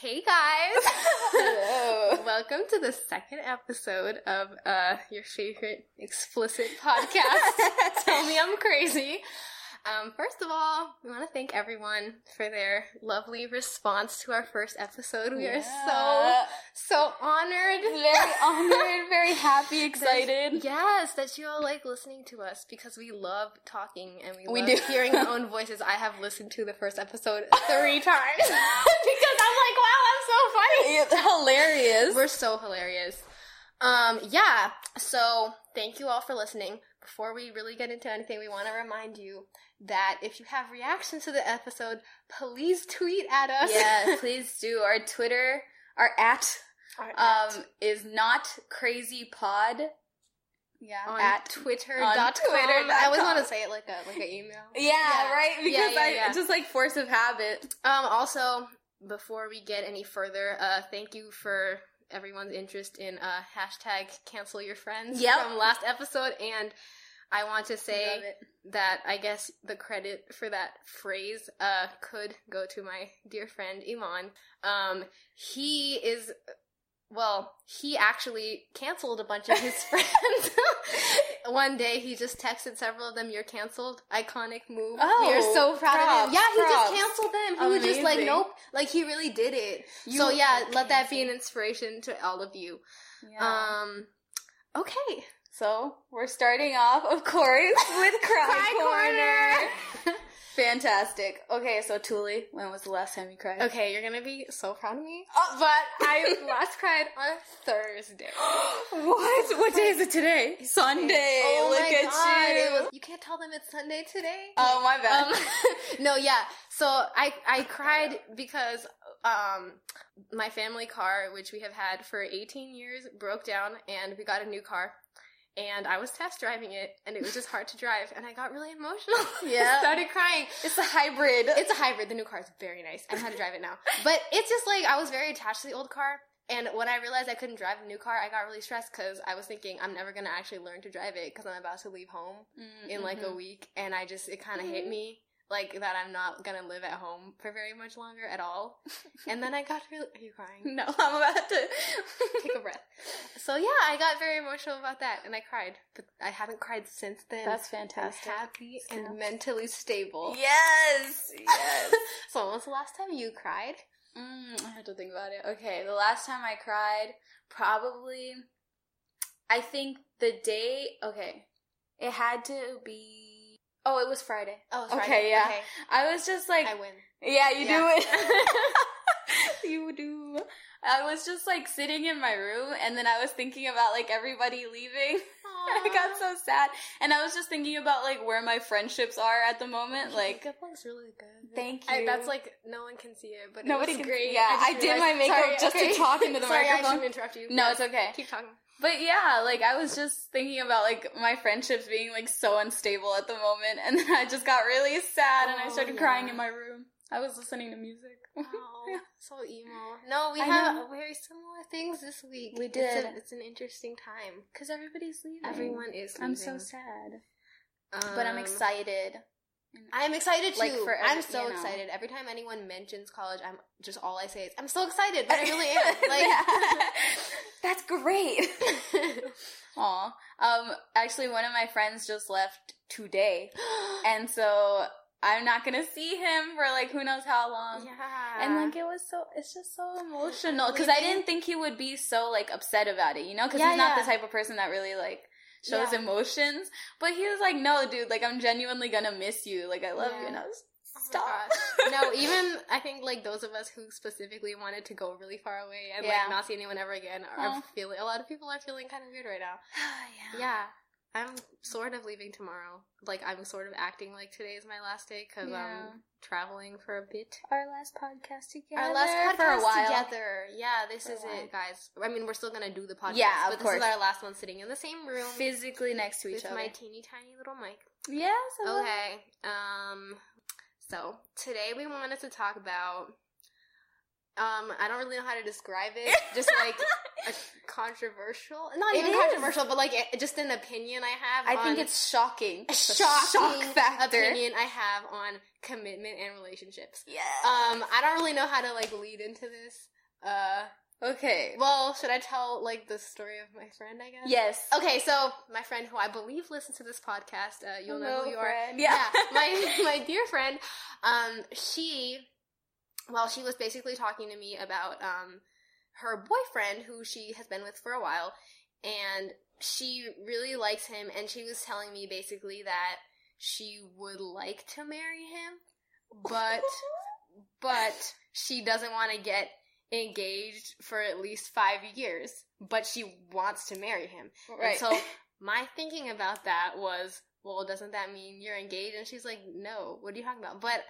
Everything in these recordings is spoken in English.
Hey guys! Welcome to the second episode of uh, your favorite explicit podcast. Tell me I'm crazy. Um, first of all, we want to thank everyone for their lovely response to our first episode. We are Yeah. so so honored. very honored, very happy, excited. Yes, that you all like listening to us because we love talking and we, We love do. hearing our own voices. I have listened to the first episode three times because I'm like, wow, I'm so funny. It's hilarious. We're so hilarious. Um, yeah. So thank you all for listening. Before we really get into anything, we want to remind you that if you have reactions to the episode, please tweet at us. yeah, please do. Our Twitter, our at, um, um, is not crazy pod. Yeah, on at. Twitter. on dot com. twitter.com. I always want to say it like a like an email. Yeah, right. Because Yeah, yeah, I yeah. just like force of habit. Um, also, before we get any further, uh, thank you for everyone's interest in uh, hashtag cancel your friends Yep. from last episode. And I want to Love say it. that I guess the credit for that phrase uh, could go to my dear friend Iman. Um, he is. Well, he actually canceled a bunch of his friends. One day, he just texted several of them, "You're canceled." Iconic move. Oh, we are so proud of props, him. Yeah, he just props. canceled canceled them. He was just like, Amazing. nope. Like he really did it. You- so yeah, let that be an inspiration to all of you. Yeah. Um, okay. so we're starting off, of course, with Cry, Corner. Fantastic. Okay, so Tuli, when was the last time you cried? okay, you're gonna be so proud of me. Oh, But I last cried on Thursday. what? What day is it today? Sunday. Oh Look my at God, you. it was- you can't tell them it's Sunday today. oh my bad. um, no, yeah. So I I cried because um my family car, which we have had for 18 years, broke down, and we got a new car. And I was test driving it, and it was just hard to drive, and I got really emotional. Yeah. started crying. Uh, it's a hybrid. It's a hybrid. The new car is very nice. I know how to drive it now, but it's just like I was very attached to the old car. And when I realized I couldn't drive the new car, I got really stressed because I was thinking I'm never gonna actually learn to drive it because I'm about to leave home Mm, in like Mm-hmm. a week and i just it kind of hit Mhm. me like that i'm not gonna live at home for very much longer at all and then i got really are you crying No, I'm about to. take a breath so yeah i got very emotional about that and i cried but i haven't cried since then That's I'm fantastic. happy and Snaps. mentally stable Yes. Yes. so when was the last time you cried mm, I have to think about it. Okay, the last time I cried, probably, I think the day. Okay, it had to be. Oh, it was Friday. oh Okay, yeah. I was just like, i win yeah, you do Yeah. it. you do. I was just like sitting in my room, and then I was thinking about like everybody leaving. I got so sad. And I was just thinking about like where my friendships are at the moment. Like makeup looks really good Thank I- you. that's like no one can see it but Nobody it was can- great yeah, just I did my realized- makeup just to talk into the sorry, i microphone. shouldn't interrupt you No, it's okay. keep talking But yeah, like I was just thinking about like my friendships being like so unstable at the moment and then I just got really sad and I Oh, started yeah. crying in my room. I was listening to music. Wow, so emo. No, we I have know. very similar things this week. We It's a- did. It's, an interesting time. Cuz everybody's leaving. Everyone is. I'm so leaving. sad, but I'm Um, excited. I'm excited too. Like, for ev- I'm so you know. excited. Every time anyone mentions college, I'm just all I say is I'm so excited, but I really am. That's great. Like, Aw. Um, actually, one of my friends just left today, and so I'm not gonna see him for like who knows how long. yeah, um, And like it was so, it's just so emotional because I didn't think he would be so like upset about it, you know, because Yeah, he's not the yeah. type of person that really like shows Yeah. emotions. But he was like, "No, dude, like I'm genuinely gonna miss you. Like I love Yeah. you." And I was, Oh my stop. gosh. no, even I think like those of us who specifically wanted to go really far away and Yeah. like not see anyone ever again are Oh. feeling. A lot of people are feeling kind of weird right now. Yeah, I'm sort of leaving tomorrow. Like I'm sort of acting like today is my last day because Yeah. I'm traveling for a bit. Our last podcast together. Our last podcast for a while. together. Yeah, this For a is while. it, guys. I mean, we're still gonna do the podcast. Yeah, of but course. this is our last one sitting in the same room Physically next to each with other. my teeny tiny little mic. yes. I love Okay. Um. So today we wanted to talk about um, I don't really know how to describe it. Just like a controversial, not It even is. controversial, but like it, just an opinion I have. I think on- it's shocking. a The shocking shock factor. opinion I have on commitment and relationships. Yeah. Um, I don't really know how to like lead into this. Uh, okay. well, should I tell like the story of my friend? I guess. yes. Okay, so my friend, who I believe listens to this podcast, uh, you'll know who you are friend. yeah, my my dear friend, um, she, well, she was basically talking to me about um, her boyfriend who she has been with for a while, and she really likes him, and she was telling me basically that she would like to marry him, but but she doesn't want to get engaged for at least five years, but she wants to marry him. right. And so my thinking about that was, well, doesn't that mean you're engaged? And she's like, no, what are you talking about? But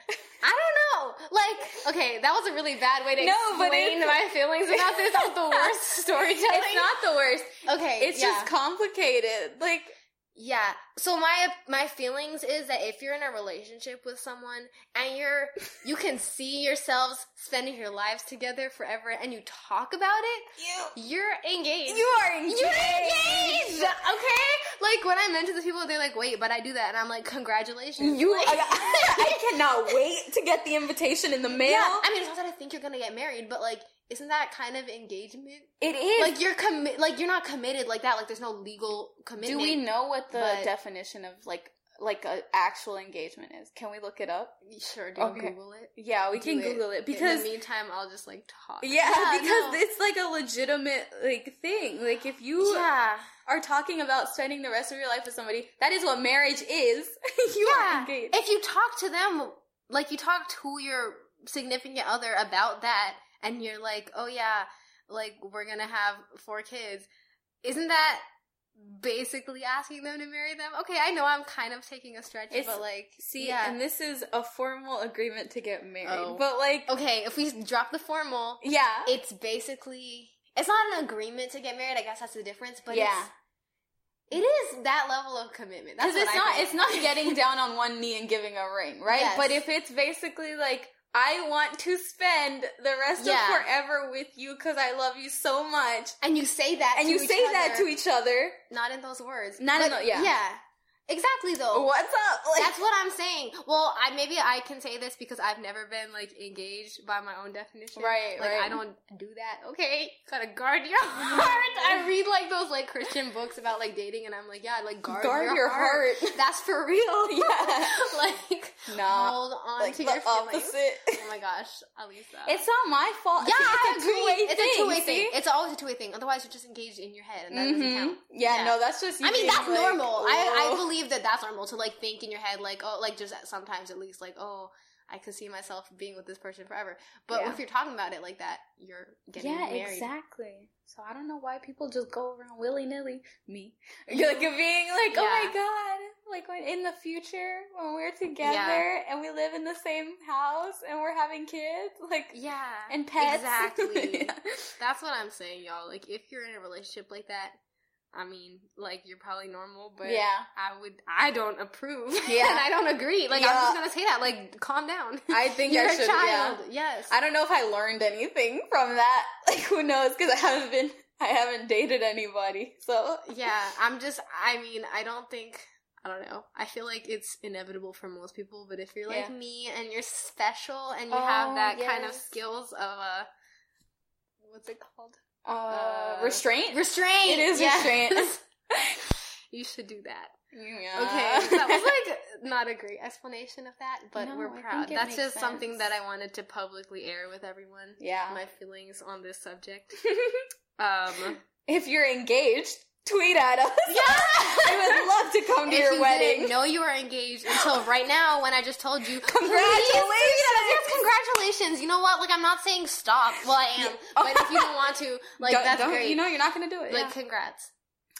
I don't know. Like, okay, that was a really bad way to No, but explain it's- my feelings about this. That was the worst storytelling. It's not the worst. okay, It's yeah. just complicated. Like Yeah. So my my feelings is that if you're in a relationship with someone and you're you can see yourselves spending your lives together forever and you talk about it, you, you're engaged. you are engaged. You're engaged, okay? Like when I mention to people, they're like, "Wait, but I do that," and I'm like, "Congratulations!" You, Like, I, I cannot wait to get the invitation in the mail. yeah. I mean, it's not that I think you're gonna get married, but like, isn't that kind of engagement? it is. Like you're commit, like you're not committed like that. Like there's no legal do commitment. we know what the but- definition of like like a actual engagement is? Can we look it up? Sure, do Okay. Google it. Yeah, we Do can Google it because in the meantime, I'll just like talk. yeah, because no. it's like a legitimate like thing. Like if you yeah, are talking about spending the rest of your life with somebody, that is what marriage is. you are Yeah. engaged. if you talk to them like you talk to your significant other about that and you're like oh yeah like we're gonna have four kids isn't that basically asking them to marry them okay i know i'm kind of taking a stretch It's- but like See, yeah. and this is a formal agreement to get married. Oh. But like okay if we drop the formal yeah. it's basically it's not an agreement to get married i guess that's the difference but yeah yeah. it is that level of commitment that's Because it's what I not think. it's not getting down on one knee and giving a ring, right? Yes. But if it's basically like I want to spend the rest Yeah. of forever with you because I love you so much, and you say that and to you each say that other. to each other, Not in those words. Not in tho- yeah. Yeah. Exactly though. what's up? Like, That's what I'm saying. Well, I maybe I can say this because I've never been like engaged by my own definition. Right, Like right. I don't do that. Okay. Gotta guard your heart. I read like those like Christian books about like dating and I'm like, yeah, like guard, guard your, heart. That's for real. Yeah. like Nah. hold on like to the your feelings. opposite. Oh my gosh, Alisa. It's not my fault. yeah, I it's a agree. two-way it's thing. a two-way see? thing. It's always a two-way thing. Otherwise, you're just engaged in your head, and that doesn't Mhm. count. Yeah, Yeah. no, that's just. you I mean, being that's like, oh. normal. I, I whoa. believe that that's normal to like think in your head, like, oh, like just sometimes at least, like, oh, I could see myself being with this person forever. But Yeah. if you're talking about it like that, you're getting yeah, married. exactly. So I don't know why people just go around willy nilly. Me, You're like being like, oh my Yeah. god, like when in the future when we're together Yeah. and we live in the same house and we're having kids, like Yeah. and pets. Exactly. Yeah. That's what I'm saying, y'all. Like, if you're in a relationship like that, I mean, like, you're probably normal, but yeah. I would, I don't approve. Yeah. and I don't agree. Like, Yeah. I'm just gonna say that. Like, calm down. I think you're I a should. child. Yeah. Yes. I don't know if I learned anything from that. Like who knows? Because I haven't been, I haven't dated anybody. So yeah, I'm just, I mean, I don't think, I don't know. I feel like it's inevitable for most people, but if you're like Yeah. me and you're special and you Oh, have that kind of yes. skills of a, what's it called? uh, Uh, restraint. Restraint! It is restraint. you should do that. Yeah. Okay, that was like not a great explanation of that, but No, we're I proud. think it That's makes just something sense. that I wanted to publicly air with everyone. yeah. My feelings on this subject. Um, if you're engaged, tweet at us. yeah! I would love to come to if your you wedding. didn't know you were engaged until right now when I just told you. Congratulations! please, yes, congratulations. You know what? Like I'm not saying stop. Well, I am. But if you don't want to, like Don't- that's don't- great. You know, you're not gonna do it. like yeah. congrats.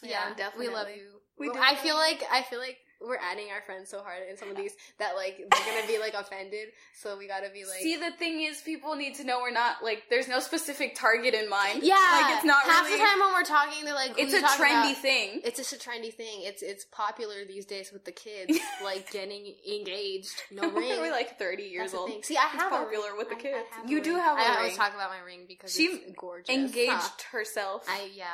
Yeah, We love you. We do I love feel like I feel like we're adding our friends so hard in some of these that like they're gonna be like offended. So we gotta be like See, the thing is, people need to know we're not like there's no specific target in mind. yeah, like it's not half really. the time when we're talking. They're like, who it's you a talking trendy about? thing. It's just a trendy thing. It's it's popular these days with the kids, like getting engaged. No ring. we're like 30 That's years the old. thing. See, I have a popular ring. with the I- I kids. have a You do ring. have a I always ring. talk about my ring because She it's gorgeous. Engaged Huh. herself. I yeah,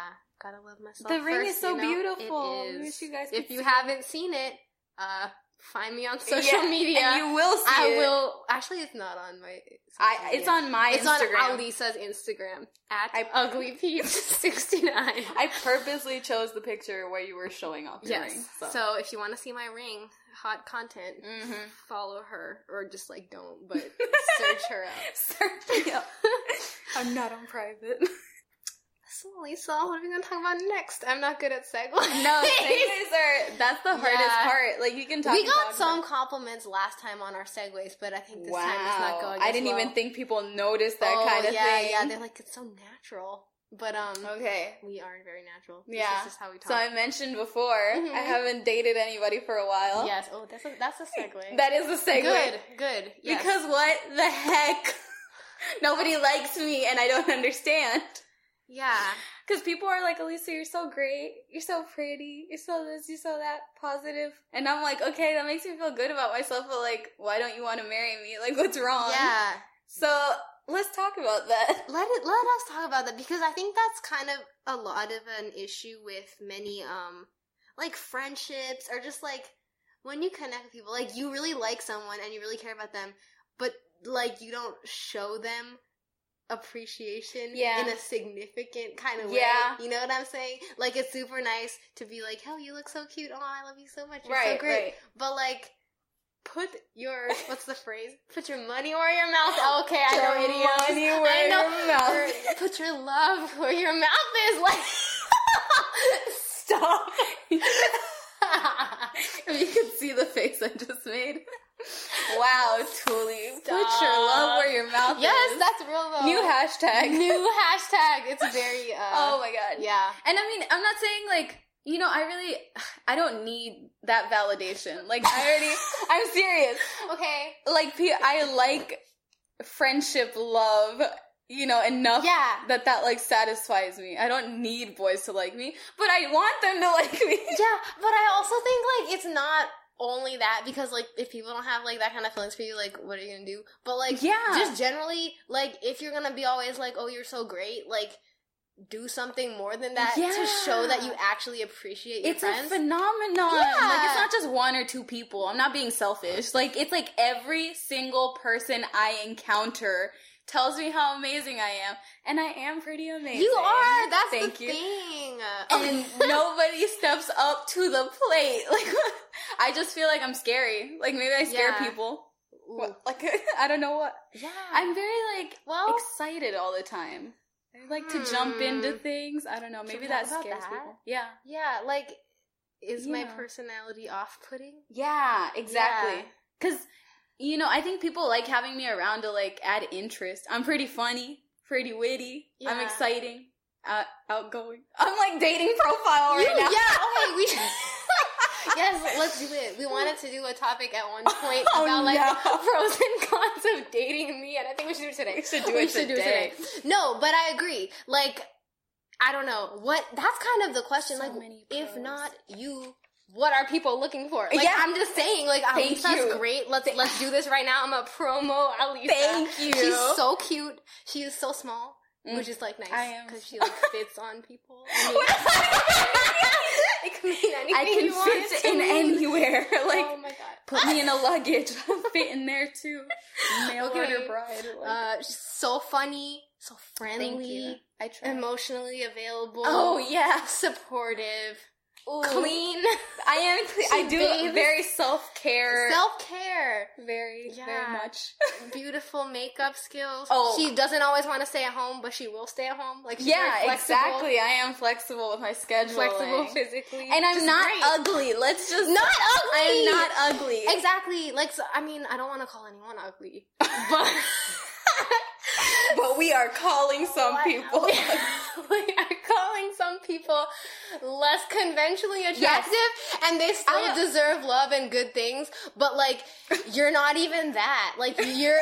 gotta love myself. The ring first, is so you know? beautiful. It I is. wish you guys if could you see haven't seen it, uh, find me on social Yeah, media. and you will see I it. will. Actually, it's not on my. social I, media. it's on my It's Instagram. on Alisa's Instagram at I- ugly peach sixty nine. I purposely chose the picture where you were showing off your Yes. ring. So. if you want to see my ring, hot content, Mhm. follow her or just like don't, but search her up. Search me up. I'm not on private. So Lisa, what are we gonna talk about next? I'm not good at segues. No, segues are that's the hardest Yeah. part. Like you can talk. we and got talk some about- compliments last time on our segues, but I think this wow, time it's not going. I as didn't well. even think people noticed that Oh, kind of yeah, thing. Yeah, they're like it's so natural, but um, okay. we aren't very natural. Yeah. this is just how we talk. So I mentioned before, Mhm. I haven't dated anybody for a while. yes. Oh, that's a that's a segue. That is a segue. good, good. Yes. Because what the heck? Nobody likes me and I don't understand. yeah, Because people are like, Elisa, you're so great. You're so pretty. You're so this, you're so that, positive. And I'm like, okay, that makes me feel good about myself, but like, why don't you want to marry me? Like, what's wrong? yeah. So let's talk about that. Let it let us talk about that because I think that's kind of a lot of an issue with many um like friendships or just like when you connect with people like you really like someone and you really care about them but like you don't show them appreciation Yeah. in a significant kind of Yeah. way. You know what I'm saying? Like it's super nice to be like, "Hell, you look so cute. Oh, I love you so much. You're so great." But like, put your what's the phrase? Put your money where your mouth. Okay, I know Your idioms. money I where know- your mouth or Put your love where your mouth is. Like, Stop. if you could see the face I just made. Wow, Tuli. Put your love where your mouth yes, is. that's real though. New hashtag. New hashtag. It's very. Uh, oh my god. yeah. And I mean, I'm not saying like, you know, I really, I don't need that validation. Like, I already, I'm serious. Okay. Like, pe- I like friendship, love, you know, enough Yeah. that that like satisfies me. I don't need boys to like me, but I want them to like me. Yeah, but I also think like it's not only that because like if people don't have like that kind of feelings for you, like what are you gonna do? But like Yeah. just generally like if you're gonna be always like oh you're so great, like do something more than that to show that you Yeah. actually appreciate your It's a friends. phenomenon. Yeah. Like it's not just one or two people. I'm not being selfish. Like it's like every single person I encounter tells me how amazing I am, and I am pretty amazing. you are. That's Thank the you. thing. Oh, And nobody steps up to the plate. Like I just feel like I'm scary. Like maybe I scare Yeah. people. Ooh. Oh. What- Like I don't know what. yeah, I'm very like well. excited all the time. I like to jump Hmm. into things. I don't know. Should we Maybe talk that about scares that? people. Yeah. yeah, like is my Yeah. personality off-putting? Yeah, Yeah. exactly. Because, you know, I think people like having me around to like add interest. I'm pretty funny, pretty witty. I'm Yeah. exciting, out- outgoing. I'm like dating profile right You- Yeah, now. okay, we Yes, let's do it. We wanted to do a topic at one point Oh, about like no. the pros and cons of dating me, and I think we should do it today. We should do We it should do it today. No, but I agree. Like, I don't know what. That's kind of the question. So like, many if pros. not you, what are people looking for? Like, Yeah. I'm just saying. Like, Thank Alisa's you. great. Let's let's do this right now. I'm a promo Alisa. Thank you. She's so cute. She is so small, Mm. which is like I nice am because she like fits on people. I mean, it can mean anything I you want can it fit to in mean. anywhere. Like, oh my god. put me in a luggage. I'll fit in there too. Mail Okay. order bride. Like, Uh, she's so funny, so thank you. friendly, I try. emotionally available. oh yeah, supportive, Ooh. clean, I am. Clean. She I do bathes. very self care. self care, very Yeah. very much. beautiful makeup skills. Oh. she doesn't always want to stay at home, but she will stay at home. Like she's very Yeah, flexible, exactly. I am flexible with my schedule. flexible like- physically, And I'm Just not great. ugly. Let's just Not I ugly. am not ugly. exactly. Like so, I mean, I don't want to call anyone ugly, but. But we are calling some people. we are calling some people less conventionally attractive and they still I- deserve love and good things, but like you're not even that. Like you're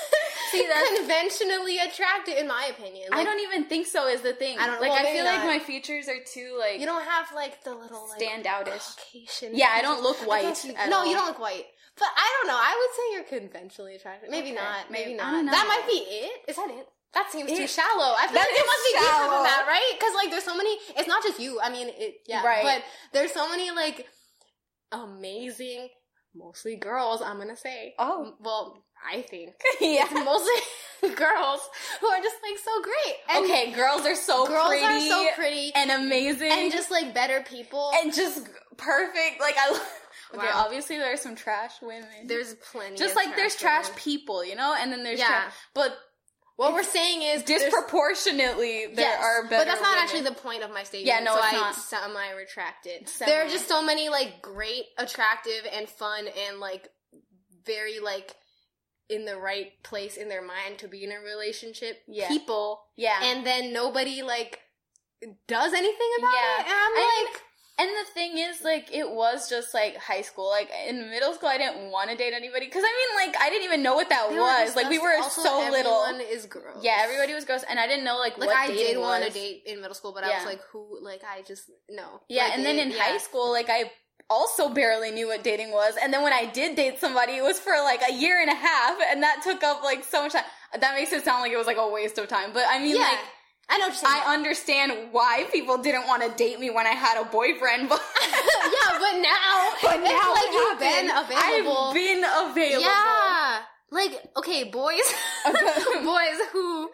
See, that's- conventionally attractive in my opinion. I Like, don't even think so. Is the thing. I don't- like. well, I maybe feel not. like my features are too like. you don't have like the little like stand outish. Caucasian Yeah, I don't look I white. guess you- at no, all. you don't look white. But I don't know. I would say you're conventionally attractive. Maybe Okay, not. Maybe, maybe- not. I don't know. That might be it. Is that it? That seems too It- shallow. I feel that like it is must be deeper shallow. than that, right? Because like, there's so many. It's not just you. I mean, it, yeah. Right. But there's so many like amazing, mostly girls. I'm gonna say. Oh. M- well, I think yeah. it's mostly girls who are just like so great. And okay, girls are so girls pretty are so pretty and amazing and just like better people. and just perfect. Like I. Okay, Wow. obviously there are some trash women. there's plenty. just of like there's trash women. people, you know, and then there's Yeah. trash, but What we're saying is there's- disproportionately there yes, are better. but that's not women. actually the point of my statement. Yeah, no, so it's I not. semi retracted. Semi. There are just so many like great, attractive, and fun, and like very like in the right place in their mind to be in a relationship Yeah. people, yeah. And, and then nobody like does anything about Yeah. it. And I'm I mean, like, the thing is, like, it was just like high school. Like in middle school, I didn't want to date anybody because I mean, like, I didn't even know what that they were was. just Like, we us- were also so little. Everyone is gross. Yeah, everybody was gross, and I didn't know like, Like what I dating did want to was. date in middle school, but I Yeah. was like, who? Like I just no. Yeah, Like, and then it- in yeah. high school, like I also barely knew what dating was. And then when I did date somebody, it was for like a year and a half, and that took up like so much time. That makes it sound like it was like a waste of time. But I mean, yeah, like, I know what you're saying. I understand why people didn't want to date me when I had a boyfriend, but yeah, but now, but it's now like it you've been happened. available. I've been available. Yeah, like okay, boys, boys who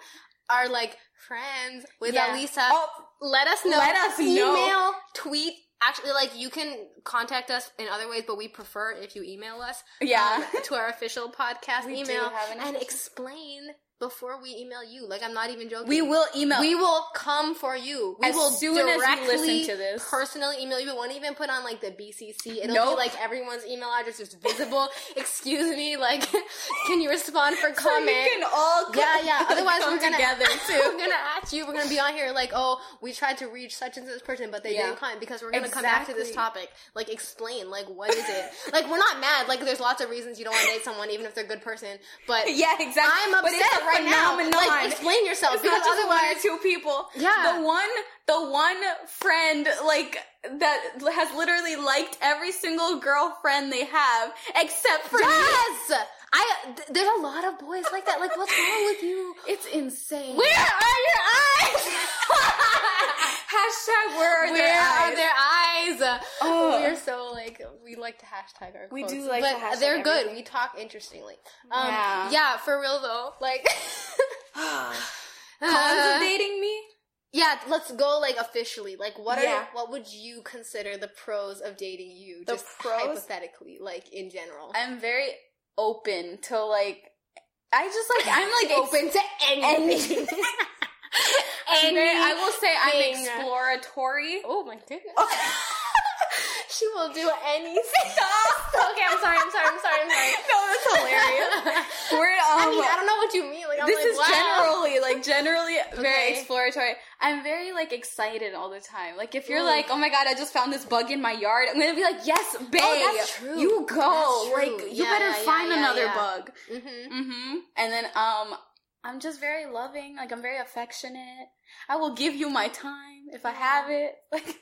are like friends with Yeah. Alisa. Oh, let us know. Let us know. email, tweet. Actually, like you can contact us in other ways, but we prefer if you email us. yeah. um, to our official podcast We do email have an and official- explain before we email you. Like I'm not even joking. we will email. We will come for you. We Uh, As will soon as you directly listen to this. personally email you. We won't even put on like the BCC. It'll Nope. be like everyone's email address is visible. Excuse me, like, can you respond for so you comment? can all come, yeah, yeah. Otherwise, come we're gonna together we're too. gonna ask you. We're gonna be on here like, oh, we tried to reach such and such person, but they Yeah. didn't come because we're gonna come back to this topic. Like, explain, like, what is it? like, we're not mad. Like, there's lots of reasons you don't want to date someone, even if they're a good person. But yeah, exactly. I'm But upset it's a right now. Like, phenomenon. explain yourself It's because not just one otherwise, or two people. Yeah. The one, the one friend, like, that has literally liked every single girlfriend they have, except for me. yes, I. th- there's a lot of boys like that. Like, what's wrong with you? It's insane. Where Where are your eyes? Hashtag where are Where their are eyes? their eyes? Oh. We're so like we like to hashtag our. We quotes, do like but to hashtag they're good. everything. We talk interestingly. Um, Yeah. yeah. for real though. Like, Cons uh, of dating me? yeah. Let's go like officially. Like, what are Yeah. what would you consider the pros of dating you? The just pros? hypothetically, like in general. I'm very open to like, I just like, I'm like open to anything. I'm very- I will say I'm anything. exploratory. oh my goodness. she will do anything. okay, I'm sorry. I'm sorry. I'm sorry. I'm sorry. no, that's hilarious. We're, um, I mean, I don't know what you mean. Like, I'm this like, is wow. generally like generally very Okay. exploratory. I'm very like excited all the time. Like if you're Ooh. Oh, like, oh my god, I just found this bug in my yard, I'm gonna be like, yes, babe, that's true. you go. That's true. Like you Yeah, better yeah, yeah, find yeah, another yeah. bug. Mhm. Mm-hmm. And then um, I'm just very loving. Like I'm very affectionate. I will give you my time if I Yeah. have it. Like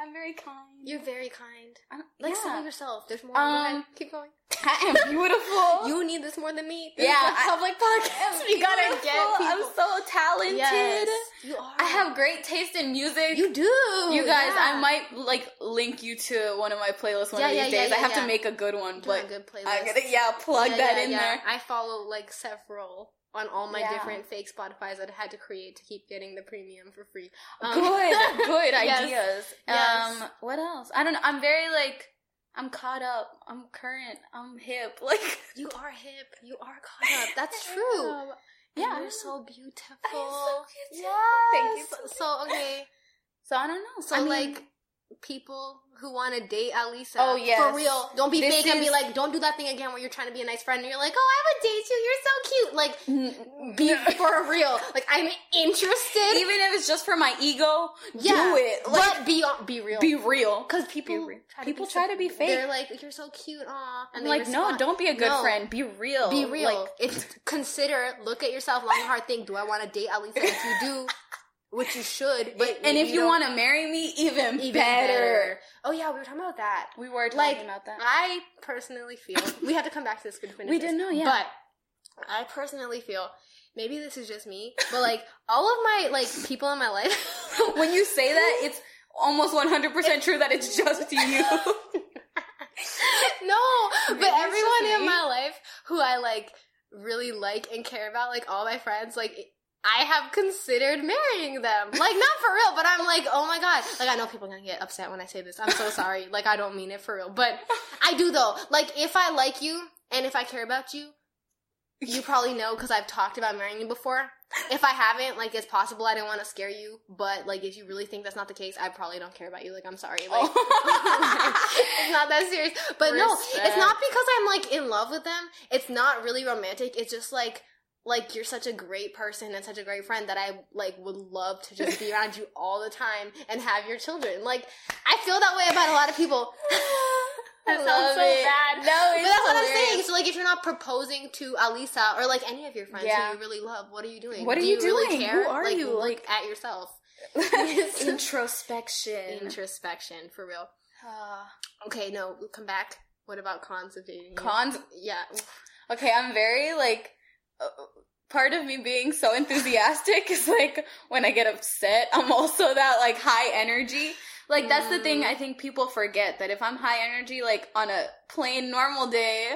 I'm very kind. You're very kind. I don't- Like, yeah. sell yourself. There's more. Um, Um, keep going. I am beautiful. You need this more than me. This yeah, is a public podcast. We gotta beautiful. get people. I'm so talented. Yes, you are. I have great taste in music. You do. You guys, yeah. I might like link you to one of my playlists one Yeah, of these yeah, days. yeah, I yeah, have yeah. to make a good one, Do but a good playlist. I'm gonna yeah plug Yeah, that yeah, in yeah. there. I follow like several on all my Yeah. different fake Spotify's that I had to create to keep getting the premium for free. good, good Um, Yes. ideas. Yes. Um, what else? I don't know. I'm very like I'm caught up. I'm current. I'm hip. Like You are hip. You are caught up. That's true. Um, And yeah, you're so beautiful. I am so cute. Yes. Thank you. So okay. So I don't know. So I mean, like people who want to date Alisa. Oh, yes. for real. Don't be This fake and be is- like, don't do that thing again where you're trying to be a nice friend and you're like, oh, I would date you. You're so cute. Like, be for real. Like, I'm interested. Even if it's just for my ego, Yeah, do it. Like, but be on, be real. be real. because people real. try People to be try so- to be fake. They're like, you're so cute, aw. I'm And they like, no, respond. don't be a good No. friend. Be real. Be real. Like, it's consider, look at yourself, long and hard. Think, do I want to date Alisa? If you do, which you should, but and if you don't, want to marry me, even, even better. Oh yeah, we were talking about that. We were talking Like, about that. I personally feel we have to come back to this good finish. We didn't know, yeah. But I personally feel maybe this is just me, but like all of my like people in my life when you say that, it's almost 100% true that it's just you. no, but Maybe it's just everyone in me. my life who I like really like and care about, like all my friends, like I have considered marrying them. Like not for real, but I'm like, oh my god. Like I know people are gonna get upset when I say this. I'm so sorry. Like I don't mean it for real, but I do though. Like if I like you and if I care about you, you probably know because I've talked about marrying you before. If I haven't, like it's possible I didn't want to scare you, but like if you really think that's not the case, I probably don't care about you. Like I'm sorry. Like it's not that serious. But no, Respect. it's not because I'm like in love with them. It's not really romantic. It's just like like you're such a great person and such a great friend that I like would love to just be around you all the time and have your children. Like I feel that way about a lot of people. That I sounds love so it. bad. No, But it's that's what I'm hilarious. saying. So like if you're not proposing to Alisa or like any of your friends Yeah. who you really love, what are you doing? What are Do you really doing? care? Who are like, you? Look Like- at yourself. Introspection. Introspection for real. Ah. Okay, no, we'll come back. What about cons of dating? Cons? Yeah. Okay, I'm very like. Uh, part of me being so enthusiastic is like when I get upset, I'm also that like high energy. Like that's the thing Mm. I think people forget that if I'm high energy, like on a plain normal day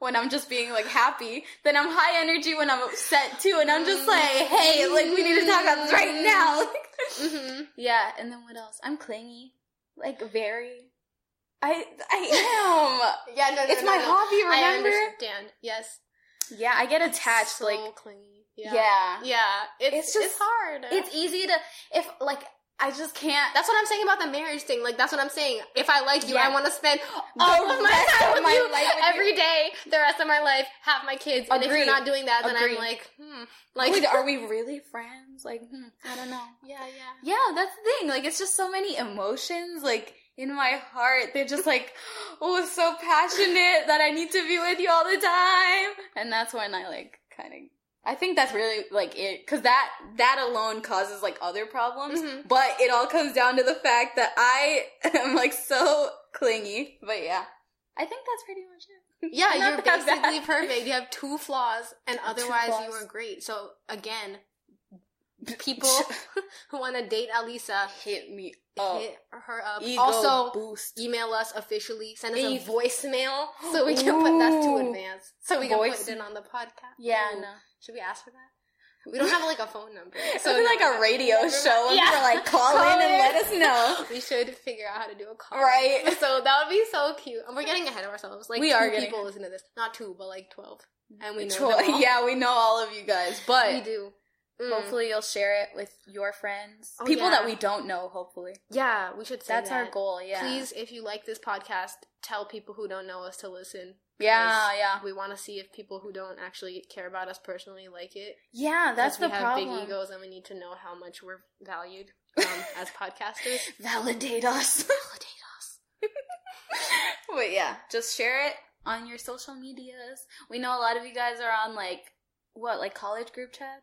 when I'm just being like happy, then I'm high energy when I'm upset too, and I'm just like, hey, like we need to talk about this right now. Mm-hmm. Yeah, and then what else? I'm clingy, like very. I I am. Yeah, no, no, it's no, my no. hobby. I Remember? understand. Yes. yeah, I get attached. So like clingy. yeah. Yeah. It's, It's it's just- just hard. it's easy to if like I just can't. that's what I'm saying about the marriage thing. Like that's what I'm saying. If I like you, Yeah. I want to spend The all of oh my rest time of with my you life with every day, the rest of my life, have my kids. And if Agree. you're not doing that, then Agree. I'm like, hmm. Like, Like, are we really friends? Like, hmm, I don't know. yeah, yeah. Yeah, that's the thing. Like, it's just so many emotions. Like in my heart, they're just like, oh, so passionate that I need to be with you all the time. And that's when I like kind of. I think that's really like it, because that that alone causes like other problems. Mhm. But it all comes down to the fact that I am like so clingy. But yeah, I think that's pretty much it. Yeah, Not you're that bad. basically perfect. You have two flaws, and otherwise you flaws. are great. So again, people who want to date Alisa, Hit me up. hit her up. Oh. Ego also, boost. E- email us officially. Send us a Eve. voicemail so we can put that's too Ooh. advanced. So we can Voice- put it in on the podcast. Yeah, Ooh. no. Should we ask for that? We don't have like a phone number. So it'd be no, like a no. radio show and Yeah. we're like call, Call in and in. let us know. We should figure out how to do a call. Right. So that would be so cute. And we're getting ahead of ourselves. Like We two are getting people listen to this. Not two, but like twelve. And we know Tw- them all. yeah, we know all of you guys, we but do. Mm. hopefully you'll share it with your friends, Oh, people yeah. that we don't know. Hopefully, Yeah, we should say that's that. our goal. Yeah, Please, if you like this podcast, tell people who don't know us to listen. Yeah, yeah, We want to see if people who don't actually care about us personally like it. yeah. That's 'Cause the we have problem. Big egos, and we need to know how much we're valued um, as podcasters. Validate us. Validate us. but yeah, just share it on your social medias. We know a lot of you guys are on like what, like college group chats.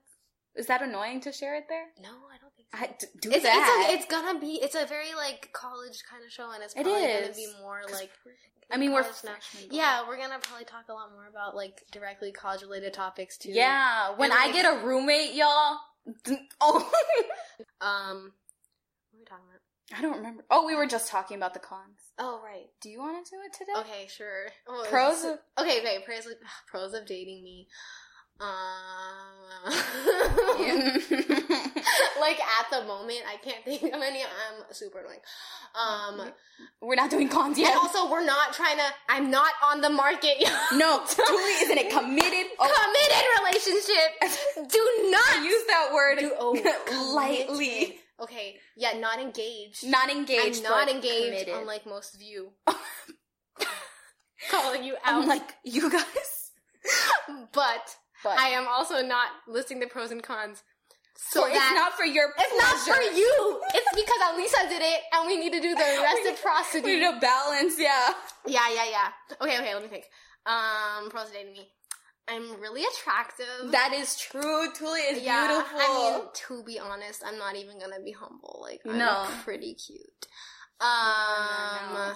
Is that annoying to share it there? No, I don't think so. I, d- do it's, that. it's, a, it's gonna be it's a very like college kind of show and it's It probably is. gonna be more 'Cause like I mean, we're college now. freshmen, but- yeah we're gonna probably talk a lot more about like directly college related topics too Yeah, when And, I like- get a roommate, y'all. Oh, um what are we talking about I don't remember. Oh, we were just talking about the cons. oh right Do you want to do it today? Okay, sure. Well, Pros it's- of- okay, okay. Pros of, pros of dating me. Um, like at the moment, I can't think of any. I'm super annoying. Um, we're not doing cons yet. and also we're not trying to. I'm not on the market. no, Julie isn't it committed? Oh, Committed relationship. Do not use that word do oh, lightly. committed. Okay, yeah, not engaged. Not engaged. I'm not but engaged, committed. unlike most of you. Calling you out, I'm like you guys. but But I am also not listing the pros and cons. So so it's that not for your. it's not for pleasure. you. It's because Alisa did it, and we need to do the reciprocity. We need a balance. Yeah. Yeah, yeah, yeah. Okay, okay, let me think. Um, pros and dating me. I'm really attractive. That is true. Tuli is yeah, beautiful. I mean, to be honest, I'm not even gonna be humble. Like, I'm No. pretty cute. No, Um, no, no.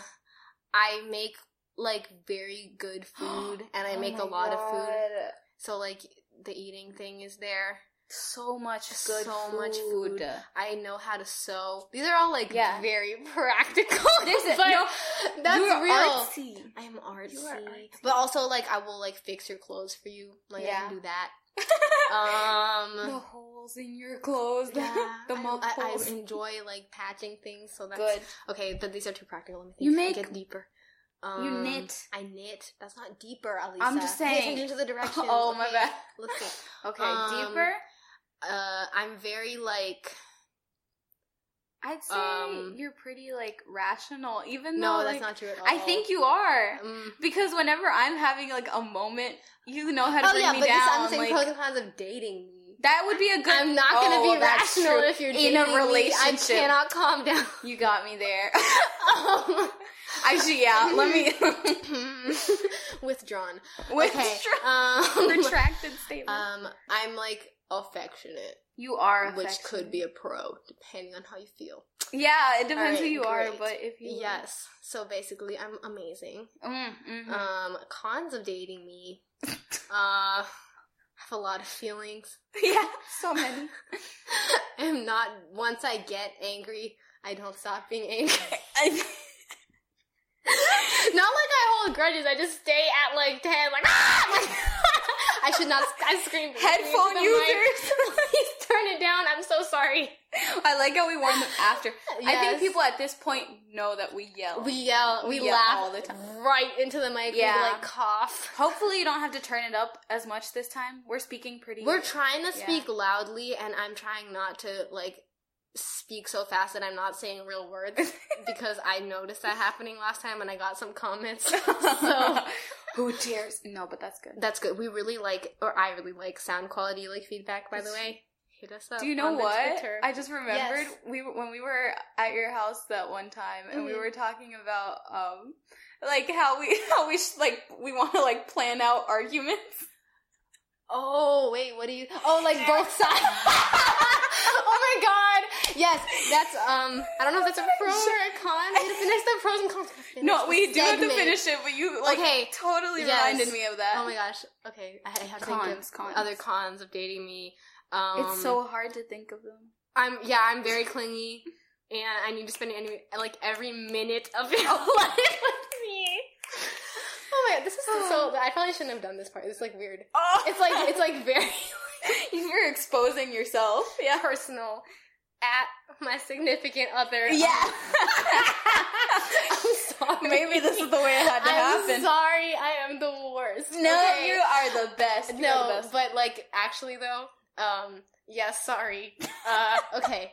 I make like very good food, and I Oh make my a lot of food. God. So like the eating thing is there. So much So good food. much food. I know how to sew. These are all like Yeah. very practical. There's a- but no, that's You're real. artsy. I'm artsy. artsy. But also like I will like fix your clothes for you. Like I Yeah. can do that. Um the holes in your clothes. The, yeah, the I- mug I, I, holes. enjoy like patching things, so that's good. Okay, but these are too practical. Let me think. You make- get deeper. Um, you knit. I knit. That's not deeper, Alisa. I'm just Pay saying. attention to the directions. Oh my okay? bad. Let's see. Okay, Um, deeper. Uh, I'm very like I'd say um, you're pretty like rational, even no, though that's like, not true at all. I think you are Mm. because whenever I'm having like a moment, you know how to Oh bring yeah, me but down. this, I'm saying like, pros and cons of dating me. that would be a good. I'm not gonna Oh, be that's rational true. if you're in a dating me. relationship. I cannot calm down. You got me there. Um, I should. Yeah, let me. withdrawn. With okay. tra- Um, retracted statement. um, I'm like affectionate, you are, which affectionate. could be a pro depending on how you feel. Yeah, it depends who Alright, you are, great. but if you Yes. So basically, I'm amazing. mm, mhm. Um, cons of dating me. Uh, have a lot of feelings. yeah, so many. I'm not. Once I get angry, I don't stop being angry. not like I hold grudges. I just stay at like ten. Like ah! I should not. I scream. Headphone users. Please turn it down. I'm so sorry. I like how we warn them after. I think Yes. people at this point know that we yell. We yell. We, We yell laugh all the time. right into the mic. Yeah. We like cough. Hopefully, you don't have to turn it up as much this time. We're speaking pretty. We're trying to Yeah. speak loudly, and I'm trying not to like speak so fast that I'm not saying real words because I noticed that happening last time, and I got some comments. so who dares? No, but that's good. that's good. We really like, or I really like sound quality like feedback. By the That's- way, hit us up. Do you know on the what? Twitter. I just remembered Yes. we were, when we were at your house that one time, and we Mhm. were talking about um, like how we how we sh- like we want to like plan out arguments. Oh wait, what do you? Oh, like both sides. oh my god. Yes, that's um. I don't know if that's a pro or a con. We had to finish the pros and cons. Finish No, the we do have to segment. finish it, but you like Okay. totally Yes. reminded me of that. Oh my gosh. Okay, I I have to think Uh, Cons, of cons. other cons of dating me. Um, it's so hard to think of them. I'm yeah, I'm very clingy, and I need to spend any, like every minute of your life Oh. with me. Oh my god, this is so. I probably shouldn't have done this part. It's like weird. Oh, It's like it's like very you're exposing yourself. Yeah. personal at my significant other. Yeah. I'm sorry. Maybe this is the way it had to I'm happen. sorry. I am the worst. no, Okay. you are the best. You are the No, best. but like actually though, um, yeah, sorry. Uh, okay,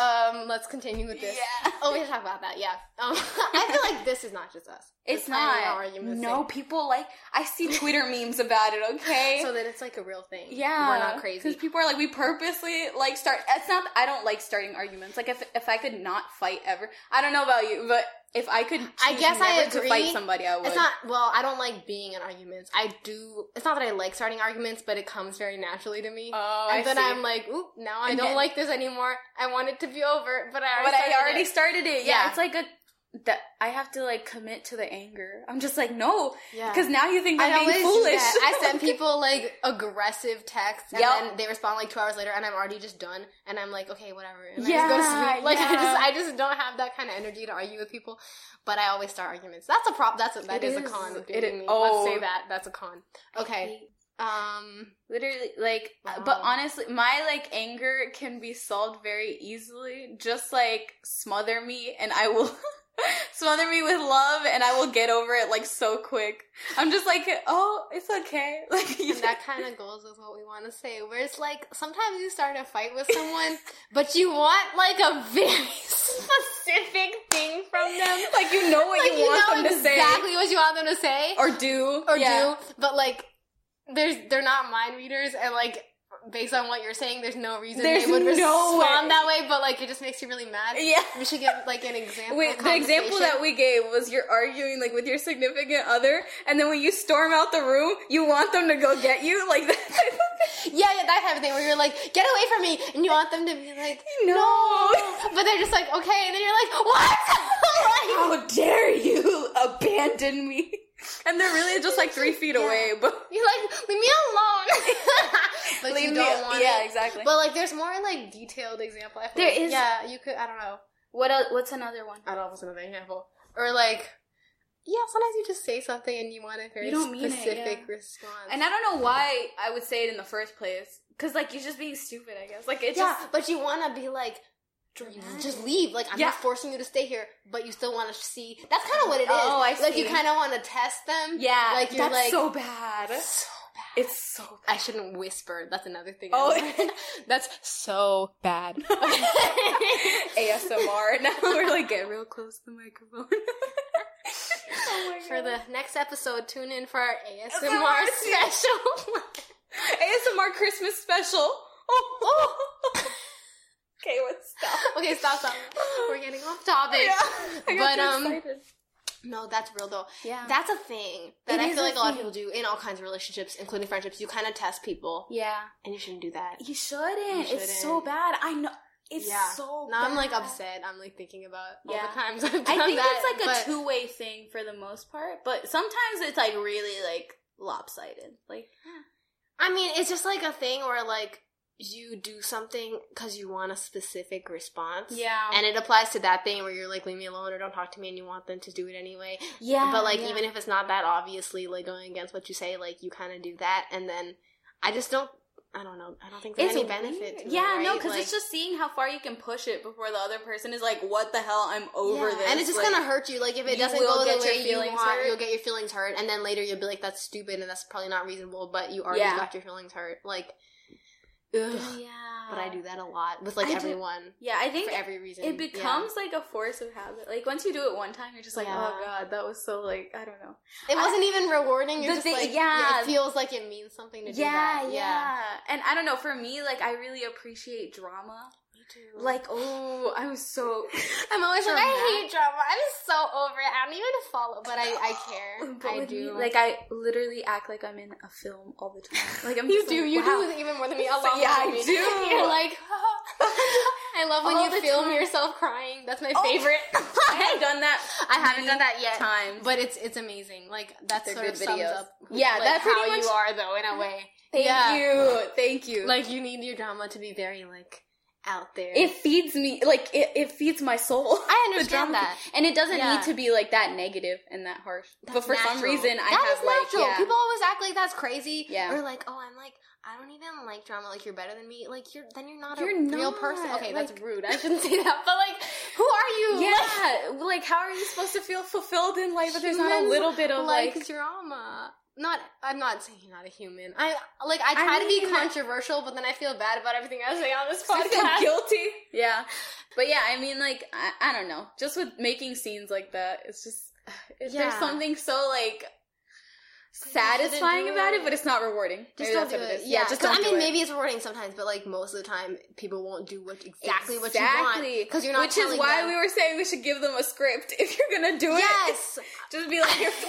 um, let's continue with this. Yeah. Oh, we have to talk about that. Yeah. Um, I feel like this is not just us. It's We're planning our not. arguments No, people like I see Twitter memes about it. Okay. thing. So that it's like a real thing. yeah, We're not Because crazy. people are like, we purposely like start. It's not. I don't like starting arguments. Like if if I could not fight ever, I don't know about you, but if I could, I choose guess I never to agree. fight somebody. I would. It's not well. I don't like being in arguments. I do. It's not that I like starting arguments, but it comes very naturally to me. Oh, and I then see. I'm like, oop, now I And don't then- like this anymore. I want it to be over, but I already but I started already it. started it. Yeah, Yeah. it's like a that I have to like commit to the anger. I'm just like no, yeah. because now you think I I'm always being do foolish. that. I send people like aggressive texts, and Yep. then they respond like two hours later, and I'm already just done, and I'm like, okay, whatever, and Yeah, I just go to sleep. Like I yeah. just, I just don't have that kind of energy to argue with people. But I always start arguments. That's a problem. That's a, that It is, is. a con. Of It dating is- me. oh. Let's say that. That's a con. Okay. Um. Literally, like, uh, but Wow. honestly, my like anger can be solved very easily. Just like smother me, and I will, Smother me with love and I will get over it like so quick. I'm just like, oh, it's okay. Like you And that kind of goes with what we want to say, where it's like sometimes you start a fight with someone, but you want like a very specific thing from them. like you know what Like, you want them exactly to say what you want them to say or do or do, but like there's they're not mind readers, and like based on what you're saying, there's no reason There's they would no respond way. that way. But like it just makes you really mad. Yeah. We should get like an example. Wait, the example that we gave was you're arguing like with your significant other, and then when you storm out the room, you want them to go get you like that. Type of yeah, yeah, that type of thing where you're like, get away from me, and you want them to be like, No. no, but they're just like, okay, and then you're like, what? like, How dare you abandon me? And they're really just like three feet Yeah. away, but you're like, leave me alone. but Leave you me- don't want yeah, it. exactly. But like, there's more like detailed example. I feel There like. is- Yeah, you could. I don't know. what? Else, what's another one? I don't know if it's another example. Or like, yeah, sometimes you just say something and you want a very You don't mean it, specific yeah. response. And I don't know why I would say it in the first place, because like you're just being stupid, I guess. Like it yeah, just but you want to be like, Dramatic. just leave. Like I'm Yeah. not forcing you to stay here, but you still want to see. That's kind of what it is. Oh, I Like you see. kind of want to test them. yeah, like you're that's like so bad. so bad. It's so I shouldn't whisper. That's another thing. Oh. Oh, that's so bad. ASMR. Now we're like get real close to the microphone. oh my For the next episode, tune in for our ASMR ASMR. special. ASMR Christmas special. Oh, oh. okay, what's stop? okay, stop, stop. We're getting off topic. I But, got too um, excited. No, that's real though. yeah, That's a thing that It I is feel a like a lot of thing. people do in all kinds of relationships, including friendships. You kind of test people, yeah. and you shouldn't do that. You shouldn't. You It's so shouldn't. bad. I know. It's Yeah. so. Now I'm like bad. upset. I'm like thinking about all Yeah. the times I've done I think that, it's like but- a two way thing for the most part, but sometimes it's like really like lopsided. Like I mean, it's just like a thing where like you do something because you want a specific response. yeah, And it applies to that thing where you're like, leave me alone or don't talk to me, and you want them to do it anyway. yeah. but like, yeah. even if it's not that obviously like going against what you say, like you kind of do that, and then I just don't. I don't know. I don't think there's any weird. benefit. To yeah, it, no, right? because Like- it's just seeing how far you can push it before the other person is like, "What the hell? I'm over Yeah, this." And it's just Like, gonna hurt you. Like if you it doesn't will go get the your way you feelings want, hurt. you'll get your feelings hurt, and then later you'll be like, "That's stupid," and that's probably not reasonable. But you already Yeah. got your feelings hurt. Like, ugh. Yeah, But I do that a lot with like I do- everyone Yeah, I think for every reason. it Yeah. becomes like a force of habit. Like once you do it one time, you're just like, Yeah. "Oh God, that was so like I don't know." It wasn't even rewarding. You're The just thing- like, yeah. yeah. It feels like it means something to do Yeah, that. yeah, And I don't know. For me, like I really appreciate drama. Me too. Like, oh, I was so. I'm always like, I hate drama. I'm so over it. I don't even follow, but I I care. But with me, like I literally act like I'm in a film all the time. Like I'm you just do. like, you wow. do even more than me. A So- lot yeah, more than I me. do. You're like, I love when All you the film time. yourself crying. That's my Oh. favorite. I have done that. I haven't done that yet, Times, but it's it's amazing. Like that They're sort good of sums videos. up. Yeah, like, that pretty how much- you are though in a way. Thank Yeah. you. Thank you. Like you need your drama to be very like out there. it feeds me like it, it feeds my soul. I The understand drama- that. And it doesn't Yeah. need to be like that negative and that harsh. but That's for some natural. reason I That have is like natural. yeah. People always act like that's crazy. Yeah. Or like, oh, I'm like, I don't even like drama. Like you're better than me. Like you're then you're not You're a real person. not, Okay, that's like- rude. I shouldn't say that. But like, who are you? yeah, well, like how are you supposed to feel fulfilled in life if there's not a Humans little bit of like, like, drama. Not, I'm not saying you're not a human. I like, I I try to mean- be controversial, but then I feel bad about everything I say on this I feel podcast. guilty? Yeah, but yeah, I mean, like I, I don't know, just with making scenes like that, it's just it- there's Yeah. something so like shouldn't satisfying do about it. it. but it's not rewarding. Just Maybe don't that's do what it. is. Yeah, just 'cause, don't I do mean, it. maybe it's rewarding sometimes, but like most of the time, people won't do what exactly, what you want because you're not. Which is telling why them. we were saying we should give them a script. If you're gonna do it, Yes, just be like, just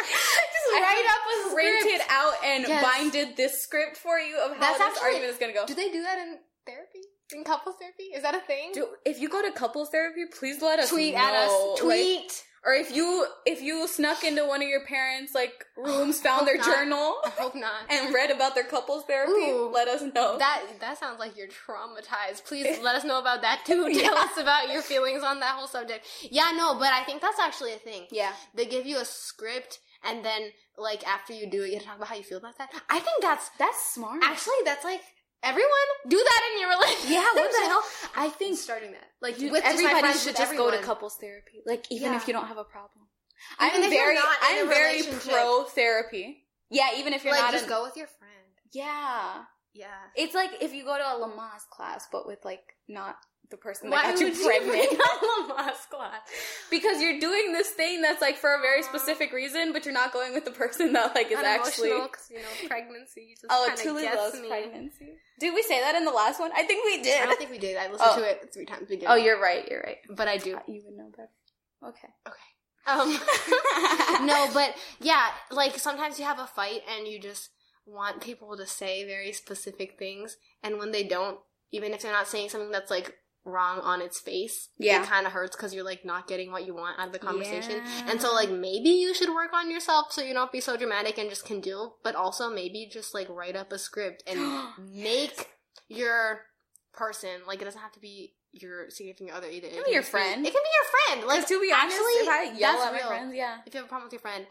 I write have up a script. printed out and Yes. binded this script for you of how That's this actually- argument is gonna go. Do they do that in therapy? In couples therapy? Is that a thing? Do, if you go to couples therapy, please let us Tweet at know, us. like- Tweet. or if you if you snuck into one of your parents' like rooms, found their Hope not. journal, I hope not. and read about their couples therapy, Ooh. let us know. that that sounds like you're traumatized. Please let us know about that too. Tell us about your feelings on that whole subject. Yeah, no, but I think that's actually a thing. yeah, They give you a script and then like after you do it, you have to talk about how you feel about that. I think that's that's smart. actually that's like everyone do that in your relationship. Yeah, what the hell? I think starting that. Like you, with just my everybody friends, should with just go to everyone. couples therapy. Like even Yeah. if you don't have a problem. Even I'm if you're very not in a I'm very relationship. pro therapy. Yeah, even if you're Like not just in, go with your friend. Yeah. Yeah. It's like if you go to a Lamaze class but with like not the person that Why got you would you pregnant. bring up Lamaze class? because you're doing this thing that's like for a very Uh-huh. specific reason, but you're not going with the person that like is actually Unemotional, 'cause, you know pregnancy just Oh, kind of Tuli gets loves me. pregnancy. Did we say that in the last one? I think we I did. don't think we did. I listened Oh. to it three times. We did. Oh, you're right. You're right. but I do. You would know better. Okay. Um, no, but yeah, like sometimes you have a fight and you just want people to say very specific things, and when they don't, even if they're not saying something that's like wrong on its face, Yeah. it kind of hurts because you're like not getting what you want out of the conversation. And so, like, maybe you should work on yourself so you don't be so dramatic and just condole, but also maybe just like write up a script and make your person, like, it doesn't have to be your significant other either. It be can your just friend. It can be your friend. Like, Like, to be honest, actually, if I yell that's at my real. friends, yeah. if you have a problem with your friend,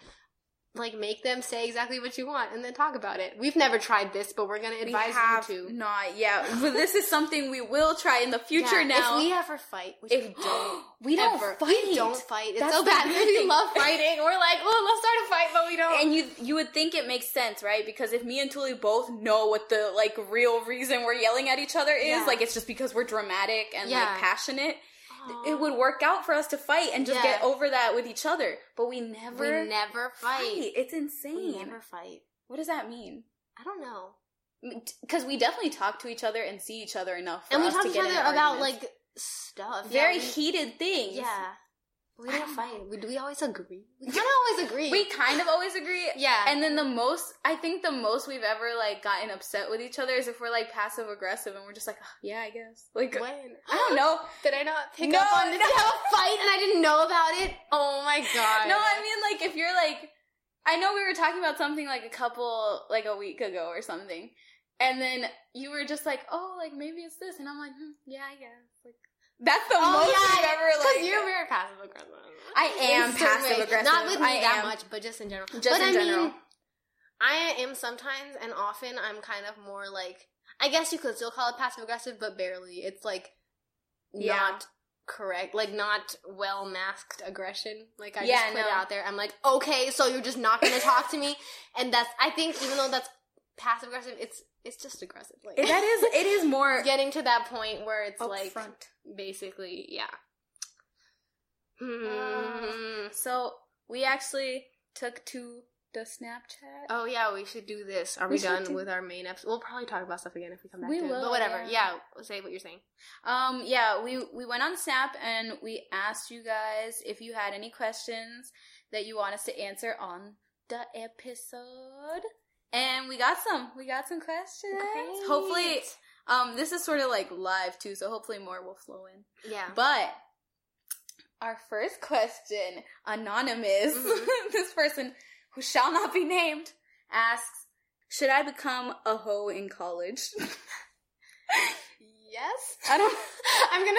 like make them say exactly what you want and then talk about it. We've never tried this, but we're gonna advise you to. not, yeah. But this is something we will try in the future Yeah, now. If we ever fight, which If- we don't, we don't ever- fight. We don't fight. It's That's so the bad. weird We thing. love fighting. We're like, oh, let's start a fight, but we don't. and you you would think it makes sense, right? Because if me and Tuli both know what the like real reason we're yelling at each other is, Yeah. like it's just because we're dramatic and Yeah. like passionate, Aw. it would work out for us to fight and just Yeah. get over that with each other. But we never We never fight. It's We insane. never fight. what does that mean? I don't know. Because we definitely talk to each other and see each other enough, for and we us talk to to each get in other about arguments. like stuff. very yeah, we- heated things. Yeah. We I don't don't fight. We, do we always agree? We kind of always agree. we kind of always agree. yeah. And then the most, I think the most we've ever like gotten upset with each other is if we're like passive aggressive and we're just like, "Ugh, yeah, I guess. Like, when? I don't know. Did I not pick No, up on this? no. We have a fight and I didn't know about it. Oh my god. No, I mean like if you're like, I know we were talking about something like a couple like a week ago or something, and then you were just like, oh, like maybe it's this, and I'm like, hmm, yeah, I guess. Like that's Oh, the most we've ever like. Because you're very passive aggressive. I am In certain passive ways. aggressive. Not with me I that am. much, but just in general. Just but in I general. mean, I am sometimes and often I'm kind of more like I guess you could still call it passive aggressive, but barely. It's like Yeah. not correct, like not well masked aggression. Like I Yeah, just put no. it out there. I'm like, okay, so you're just not going to talk to me, and that's. I think even though that's passive aggressive, it's it's just aggressive. Like That is, it is more getting to that point where it's like upfront. basically, yeah. Uh, Hmm. so we actually took to the Snapchat. oh yeah, we should do this. Are We we, should done do- with our main episode? We'll probably talk about stuff again if we come back We to it. will, But whatever. yeah. Yeah. say what you're saying. Um, yeah, we we went on Snap and we asked you guys if you had any questions that you want us to answer on the episode. And we got some. We got some questions. Hopefully, um, this is sort of like live too, so hopefully more will flow in. yeah. But our first question, anonymous, Mhm. this person who shall not be named, asks, "Should I become a hoe in college?" Yes. I don't. I'm gonna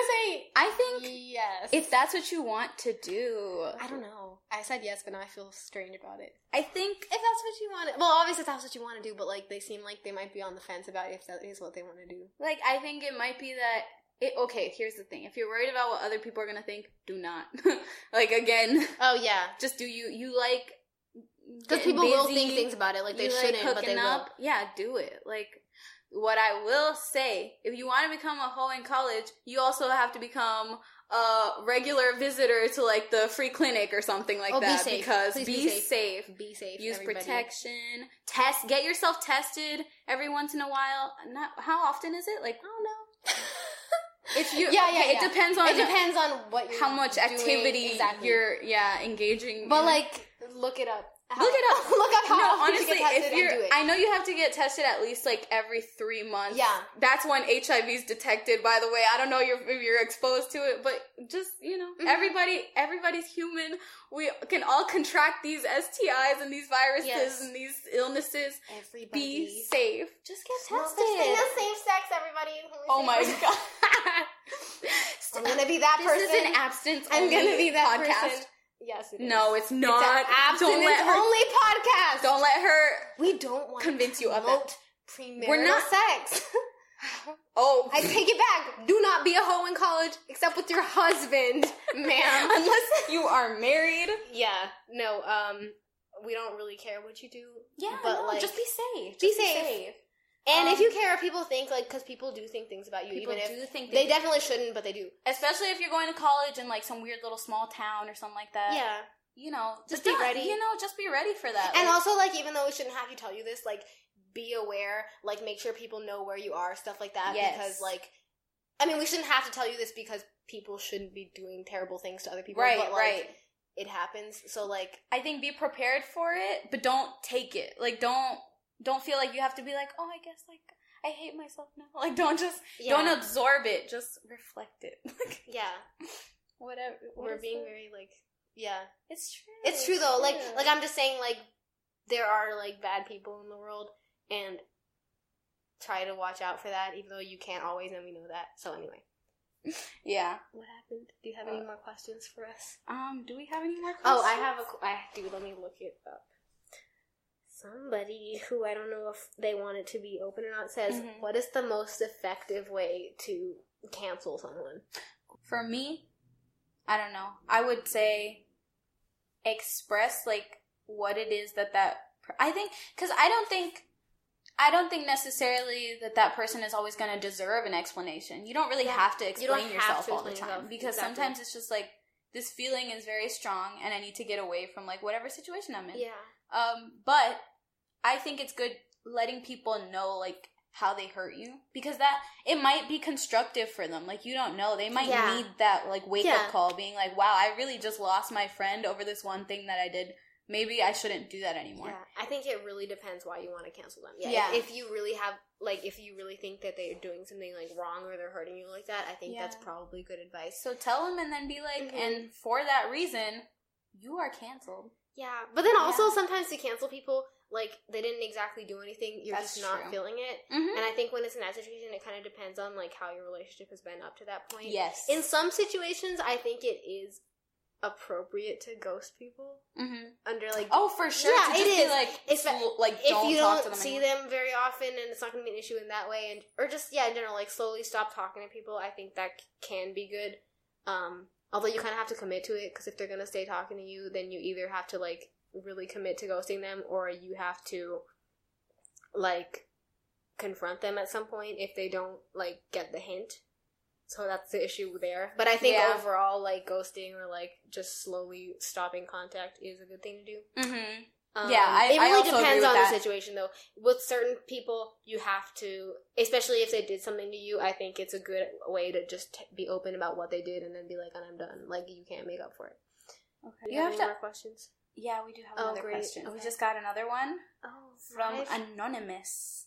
I think say yes. if that's what you want to do, I don't know. I said yes, but now I feel strange about it. I think If that's what you want, well, obviously if that's what you want to do, but like they seem like they might be on the fence about if that is what they want to do. like I think it might be that. It, okay, here's the thing. If you're worried about what other people are gonna think, do not. like again, Oh yeah, just do you. You like because getting people will busy. think things about it like they you shouldn't, but they will. Yeah, do it. Like what I will say, if you want to become a hoe in college, you also have to become a regular visitor to like the free clinic or something like Oh, be that. safe. Because Please be, be safe. safe. Be safe. Use everybody. protection. Test. Get yourself tested every once in a while. Not how often is it? Like I don't know. it's you. Yeah, yeah, okay, yeah. It depends on it depends on what you're how much doing activity exactly. you're yeah engaging. But in. like, look it up. How- Look it up. look up how no, often honestly, you get tested if you're, and do it. I know you have to get tested at least like every three months. Yeah. that's when HIV is detected. By the way, I don't know your- if you're exposed to it, but just you know, Mhm. everybody, everybody's human. We can all contract these STIs and these viruses Yes. and these illnesses. Everybody. Be safe. Just get Well, tested. there's thing as safe sex, everybody. oh my god. I'm gonna be that this person. is an abstinence. I'm gonna only be that podcast. person. Yes, it is. No, it's It's not. an don't let abstinence her. only podcast. Don't let her We don't want convince you of it. promote premarital We're not- sex. Oh, I take it back. Do not be a hoe in college except with your husband, ma'am. unless you are married. Yeah. No, um we don't really care what you do. Yeah, But, no, like, just be safe. be Just safe. And if Um, you care what people think, like, because people do think things about you, People even if do think they they, definitely shouldn't, but they do. especially if you're going to college in like some weird little small town or something like that. yeah. you know, Just but be don't- ready. You know, just be ready for that. And Like, also, like, even though we shouldn't have you tell you this, like, be aware, like, make sure people know where you are, stuff like that. Yes. Because, like, I mean, we shouldn't have to tell you this because people shouldn't be doing terrible things to other people. right, but, like, right. It happens. So, like, I think be prepared for it, but don't take it. Like, don't don't feel like you have to be like, oh, I guess like I hate myself now. Like, don't just yeah. don't absorb it. Just reflect it. Like, yeah. whatever. what We're is being that? very, like, yeah. It's true. It's true though. Like true. like I'm just saying like there are like bad people in the world and try to watch out for that even though you can't always and we know that. So anyway. yeah. What happened? Do you have any more questions for us? Um. Do we have any more? Oh, Questions? I have a qu- I do let me look it up. Somebody who I don't know if they want it to be open or not says, Mhm. "What is the most effective way to cancel someone?" For me, I don't know. I would say express like what it is that that per- I think cuz I don't think I don't think necessarily that that person is always going to deserve an explanation. You don't really Yeah. have to You don't explain have yourself to all the explain time yourself. because Exactly. sometimes it's just like this feeling is very strong and I need to get away from like whatever situation I'm in. Yeah. Um, but I think it's good letting people know like how they hurt you because that it might be constructive for them. Like you don't know, they might Yeah. need that like wake Yeah. up call, being like, "Wow, I really just lost my friend over this one thing that I did. Maybe I shouldn't do that anymore." Yeah, I think it really depends why you want to cancel them. Yeah, Yeah. If, if you really have like if you really think that they're doing something like wrong or they're hurting you like that, I think that's Yeah. probably good advice. So tell them and then be like, Mhm. "And for that reason, you are canceled." Yeah, but then also Yeah. sometimes to cancel people like they didn't exactly do anything, you're That's just not true. feeling it. Mm-hmm. And I think when it's in that situation, it kind of depends on like how your relationship has been up to that point. Yes. In some situations, I think it is appropriate to ghost people mm-hmm. under like Oh, for sure. Yeah, to it just be is. like, If- sl- like if don't you talk don't to them see anymore. them very often and it's not going to be an issue in that way and or just yeah in general like slowly stop talking to people i think that c- can be good um although you kind of have to commit to it because if they're going to stay talking to you then you either have to like really commit to ghosting them or you have to like confront them at some point if they don't like get the hint so that's the issue there but i think Yeah. overall like ghosting or like just slowly stopping contact is a good thing to do Mm-hmm. um, Yeah, I- it I really also agree depends with on that. the situation, though. With certain people, you have to, especially if they did something to you. I think it's a good way to just t- be open about what they did and then be like, "And I'm done." Like you can't make up for it. Okay. you have, any more questions? Yeah, we do have Oh, another great. question. Okay. We just got another one Oh, from live? anonymous.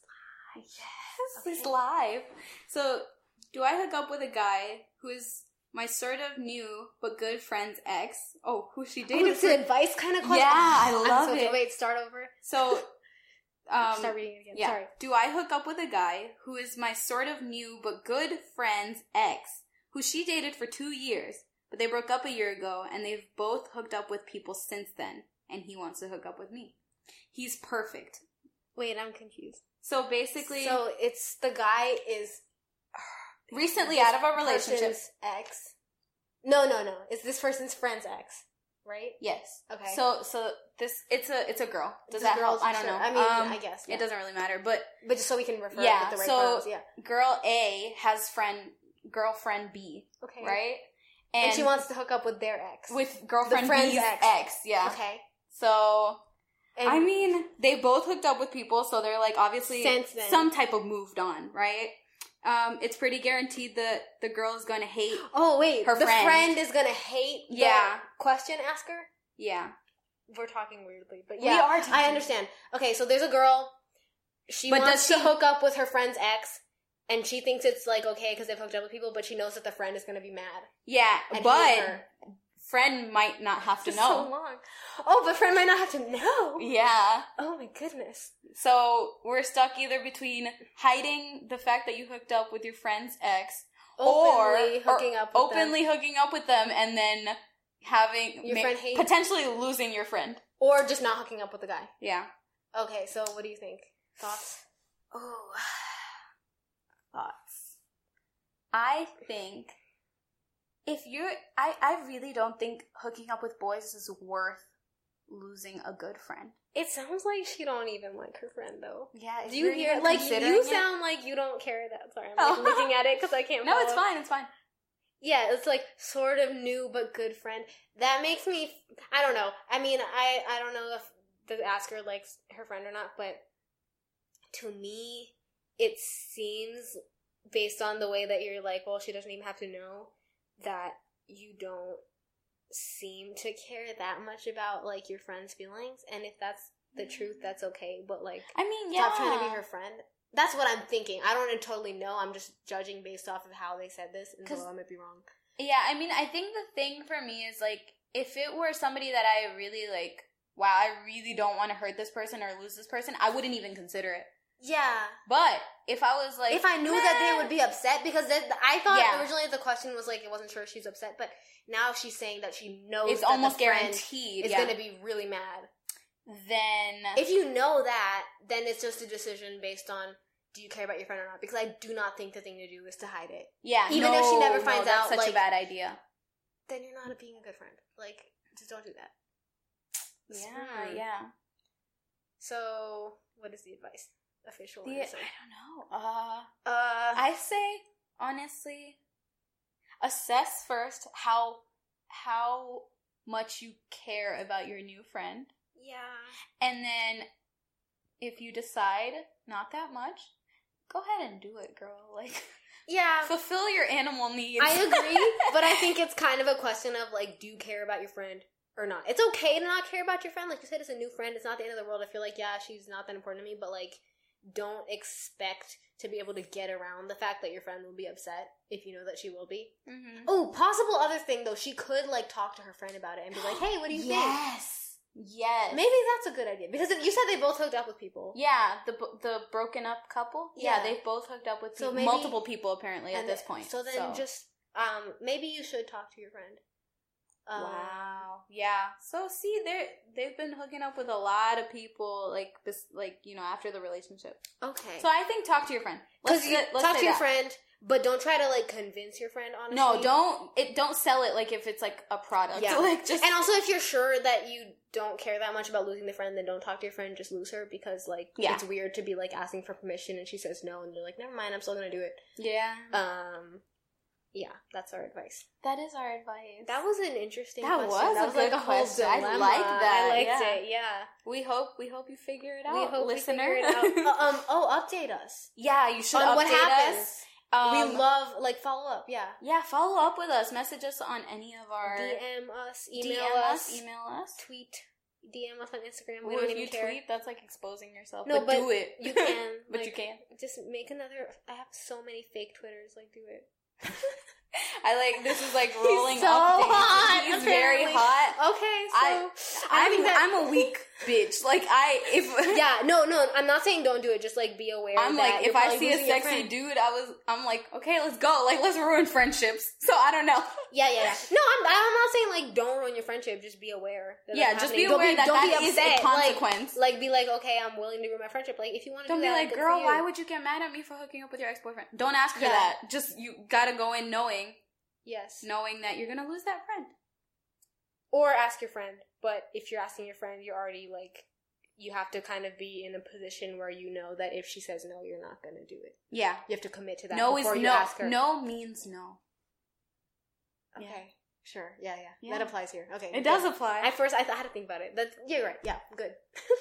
Yes, Ah, Okay. it's live. So, do I hook up with a guy who is my sort of new but good friend's ex? Oh, who she Oh, dated? it's an advice kind of Yeah, question. I I'm love so- it. Wait, start over. So, um, start reading it again. yeah. Sorry. Do I hook up with a guy who is my sort of new but good friend's ex, who she dated for two years, but they broke up a year ago and they've both hooked up with people since then, and he wants to hook up with me? He's perfect. Wait, I'm confused. So basically, So it's the guy is recently out of a relationship. person's ex. No, no, no. It's this person's friend's ex, right? Yes. Okay. So so this it's a it's a girl. Does It's a that girl's- help? I don't sure. know. I mean, Um, I guess yeah. It doesn't really matter, but But just so we can refer Yeah, with the right so- pronouns, yeah. girl A has friend girlfriend B, Okay. right? And, she wants to hook up with their ex. with girlfriend friend's B's ex. ex. yeah. okay. So And I mean, they both hooked up with people, so they're like obviously Since then. some type of moved on, right? Um, it's pretty guaranteed that the girl is going to hate. oh wait, her the friend. friend. is gonna hate. the Yeah. question asker. Yeah, We're talking weirdly, but We yeah, are I talking. understand. Okay, so there's a girl. She But wants does to she- hook up with her friend's ex, and she thinks it's like okay because they've hooked up with people, but she knows that the friend is gonna be mad. yeah, and hate but her. friend might not have to This is so know. long. Oh, but friend might not have to know. yeah, Oh my goodness. so we're stuck either between hiding the fact that you hooked up with your friend's ex, Openly or hooking up with them. openly hooking up with them, and then having Your friend hate- potentially losing your friend. or just not hooking up with the guy. Yeah, Okay, so what do you think? Thoughts? Oh, thoughts. I think if you're, I, I really don't think hooking up with boys is worth losing a good friend. It sounds like she don't even like her friend though. Yeah. if Do you you're hear? even Like considering you it- sound like you don't care that. Sorry, I'm Oh. like, looking at it because I can't. No, it's follow. fine. It's fine. Yeah, it's like sort of new but good friend. That makes me. I don't know. I mean, I I don't know if the asker likes her friend or not, but to me, it seems based on the way that you're like, well, she doesn't even have to know that you don't seem to care that much about like your friend's feelings, and if that's the truth, that's okay. But like, I mean, yeah. Stop trying to be her friend. That's what I'm thinking. I don't totally know. I'm just judging based off of how they said this, and 'Cause- so I might be wrong. Yeah, I mean, I think the thing for me is like, if it were somebody that I really like, wow, I really don't want to hurt this person or lose this person, I wouldn't even consider it. Yeah. But if I was like, if I knew that they would be upset, because that, I thought Yeah. originally the question was like, it wasn't sure if she's upset, but now she's saying that she knows it's that the almost friend guaranteed. is yeah. going to be really mad. then If you know that, then it's just a decision based on do you care about your friend or not? Because I do not think the thing to do is to hide it. yeah, even if she no, never no, finds that's out, such a like- bad idea. Then you're not being a good friend. Like, just don't do that. Yeah, Hmm. yeah. So, what is the advice? Official The, I answer. don't know. Uh, Uh, I say honestly, assess first how how much you care about your new friend, yeah. and then if you decide not that much, go ahead and do it, girl. Like Yeah. fulfill your animal needs. I agree, but I think it's kind of a question of like, do you care about your friend or not? It's okay to not care about your friend. Like you said, it's a new friend. It's not the end of the world. I feel like, yeah, she's not that important to me, but like, don't expect to be able to get around the fact that your friend will be upset if you know that she will be. Mhm. Oh, possible other thing though, she could like talk to her friend about it and be like, hey, what do you think? yes. Yes. Maybe that's a good idea because if- you said they both hooked up with people. Yeah, the b- the broken up couple. Yeah, Yeah. they've both hooked up with So peop- maybe- multiple people apparently at And this th- point. So then just um maybe you should talk to your friend. Um, wow. Yeah. So see, they are they've been hooking up with a lot of people, like bes- like you know after the relationship. Okay. So I think talk to your friend. Because you say- let's talk say to your that. friend, but don't try to like convince your friend. Honestly, No, don't it don't sell it like if it's like a product. Yeah. Like just And also, if you're sure that you don't care that much about losing the friend, then don't talk to your friend. Just lose her because like Yeah. it's weird to be like asking for permission and she says no, and you're like, never mind, I'm still gonna do it. yeah. Um, yeah, that's our advice. that is our advice. That was an interesting. That question. was a good question. I dilemma. like that, I liked yeah. it. Yeah, we hope we hope you figure it out, we hope listener. We figure it out. Uh, um, oh, update us yeah, you should on update what happens. us. Um, we love like follow up. Yeah, Yeah, follow up with us. Message us on any of our DM us, email DM us, Email us. tweet, DM us on Instagram. We Well, don't if even you care. tweet, that's like exposing yourself. No, but, but do it. You can, but like, you can. Just make another. I have so many fake Twitters. Like, do it. I like this is like He's rolling so up. hot, He's apparently. very hot. Okay, so I- I I'm think that- I'm a weak bitch. Like I if yeah, no, no. I'm not saying don't do it. Just like be aware. I'm that like you're if I probably see a losing your sexy friend. dude, I was I'm like okay, let's go. Like let's ruin friendships. So I don't know. Yeah, yeah, yeah. No, I'm, I'm not saying like don't ruin your friendship. Just be aware. that yeah, that's just be happening. Don't aware that don't that be is upset. a Like, consequence. like, be like, okay, I'm willing to ruin my friendship. Like, if you want to Don't do be that, like, good for girl, you. why would you get mad at me for hooking up with your ex boyfriend? Don't ask her Yeah. that. Just you gotta go in knowing, Yes. knowing that you're gonna lose that friend. or ask your friend. But if you're asking your friend, you're already like, you have to kind of be in a position where you know that if she says no, you're not going to do it. Yeah. You have to commit to that No is before you no. ask her. No means no. Okay. Yeah. Sure. Yeah, yeah, Yeah. That applies here. Okay. It does good. apply. At first, I, th- I had to think about it. That's yeah, you're right. Yeah, good.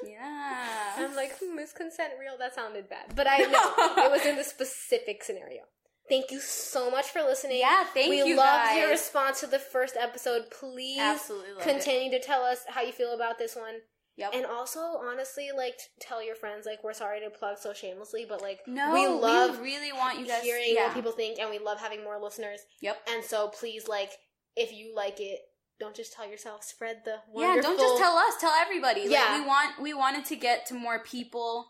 yeah. I'm like, hmm, is consent real? That sounded bad, but I know it was in the specific scenario. Thank you so much for listening. Yeah. Thank we you. loved guys. your response to the first episode. Please Absolutely love it. continue to tell us how you feel about this one. Yep. And also, honestly, like t- tell your friends, like we're sorry to plug so shamelessly, but like no, we love really want you guys hearing yeah. what people think, and we love having more listeners. Yep. And so, please, like if you like it, don't just tell yourself. Spread the Yeah. wonderful. Don't just tell us. Tell everybody. Like, Yeah. we want we wanted to get to more people.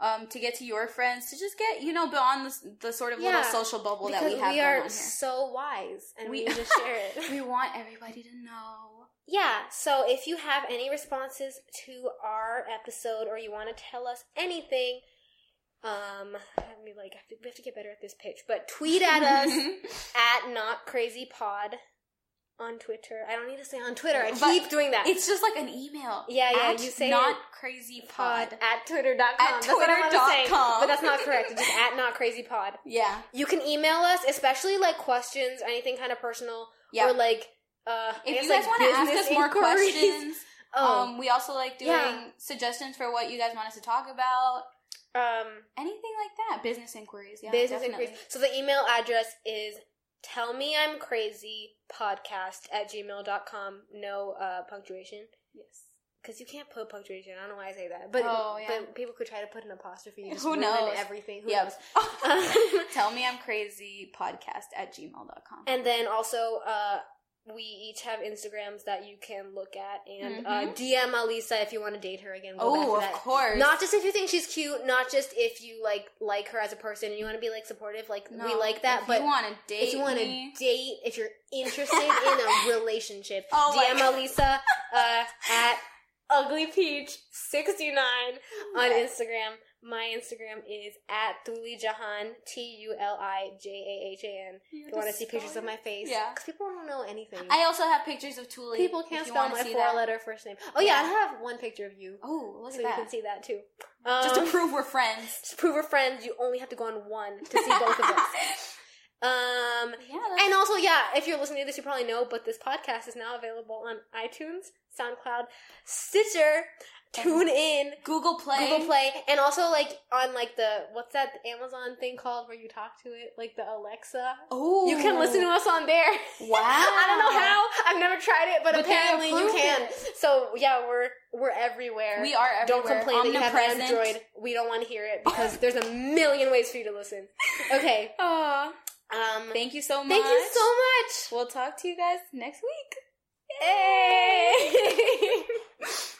Um, to get to your friends, to just get you know beyond the, s- the sort of Yeah, little social bubble because that we have we going are on here. so wise, and we, We- need to share it. we want everybody to know. Yeah, so if you have any responses to our episode or you want to tell us anything, Um, I mean, like, I think we have to get better at this pitch, but tweet at us at not crazy pod on Twitter. I don't need to say on Twitter. I But keep doing that. it's just like an email. Yeah, yeah, At you say not it. crazy pod pod. at twitter.com. At that's what I want to say. twitter.com. But that's not correct. It's just at not crazy pod. Yeah, You can email us, especially like questions, anything kind of personal, yeah. or like uh, I if guess, you guys like, want to ask business us more inquiries. questions, oh, um, we also like doing Yeah. suggestions for what you guys want us to talk about. um, Anything like that. Business inquiries. Yeah, business definitely. inquiries. So the email address is tell me I'm crazy podcast at gmail.com. No uh, punctuation. Yes. Because you can't put punctuation. I don't know why I say that. But, Oh, yeah. but people could try to put an apostrophe. You just Who ruin knows? everything. Who knows? Yep. Tell me I'm crazy podcast at gmail.com. And then also, uh, we each have Instagrams that you can look at and uh, Mhm. DM Alisa if you want to date her again. We'll oh, go of back to that. course. Not just if you think she's cute, not just if you like like her as a person and you want to be like supportive, like we No, like that. if but you want to date if you want to me, date, if you're interested in a relationship, Oh my DM God. Alisa uh, at uglypeach69 on Yes. Instagram. My Instagram is at Thuli Jahan, T U L I J A H A N. If you want to see pictures of my face, Yeah. because people don't know anything. I also have pictures of Tuli. people if can't you spell wanna my see that. four-letter first name. Oh yeah, Yeah. I have one picture of you, Oh, look so at you that. can see that too. Just to Um, prove we're friends. just prove we're friends. You only have to go on one to see both of us. Um, yeah, that's and also, yeah, if you're listening to this, you probably know, but this podcast is now available on iTunes, SoundCloud, Stitcher, TuneIn, Google Play. Google Play, and also like on like the what's that Amazon thing called where you talk to it, like the Alexa. Oh, You can listen to us on there. Wow, I don't know how. I've never tried it, Ah. but, But they apparently you approved can. So yeah, we're we're everywhere. We are everywhere. don't complain that you have an Omnipresent. Android. We don't want to hear it because there's a million ways for you to listen. Okay. Aw, Um, thank you so much. thank you so much. We'll talk to you guys next week. Hey!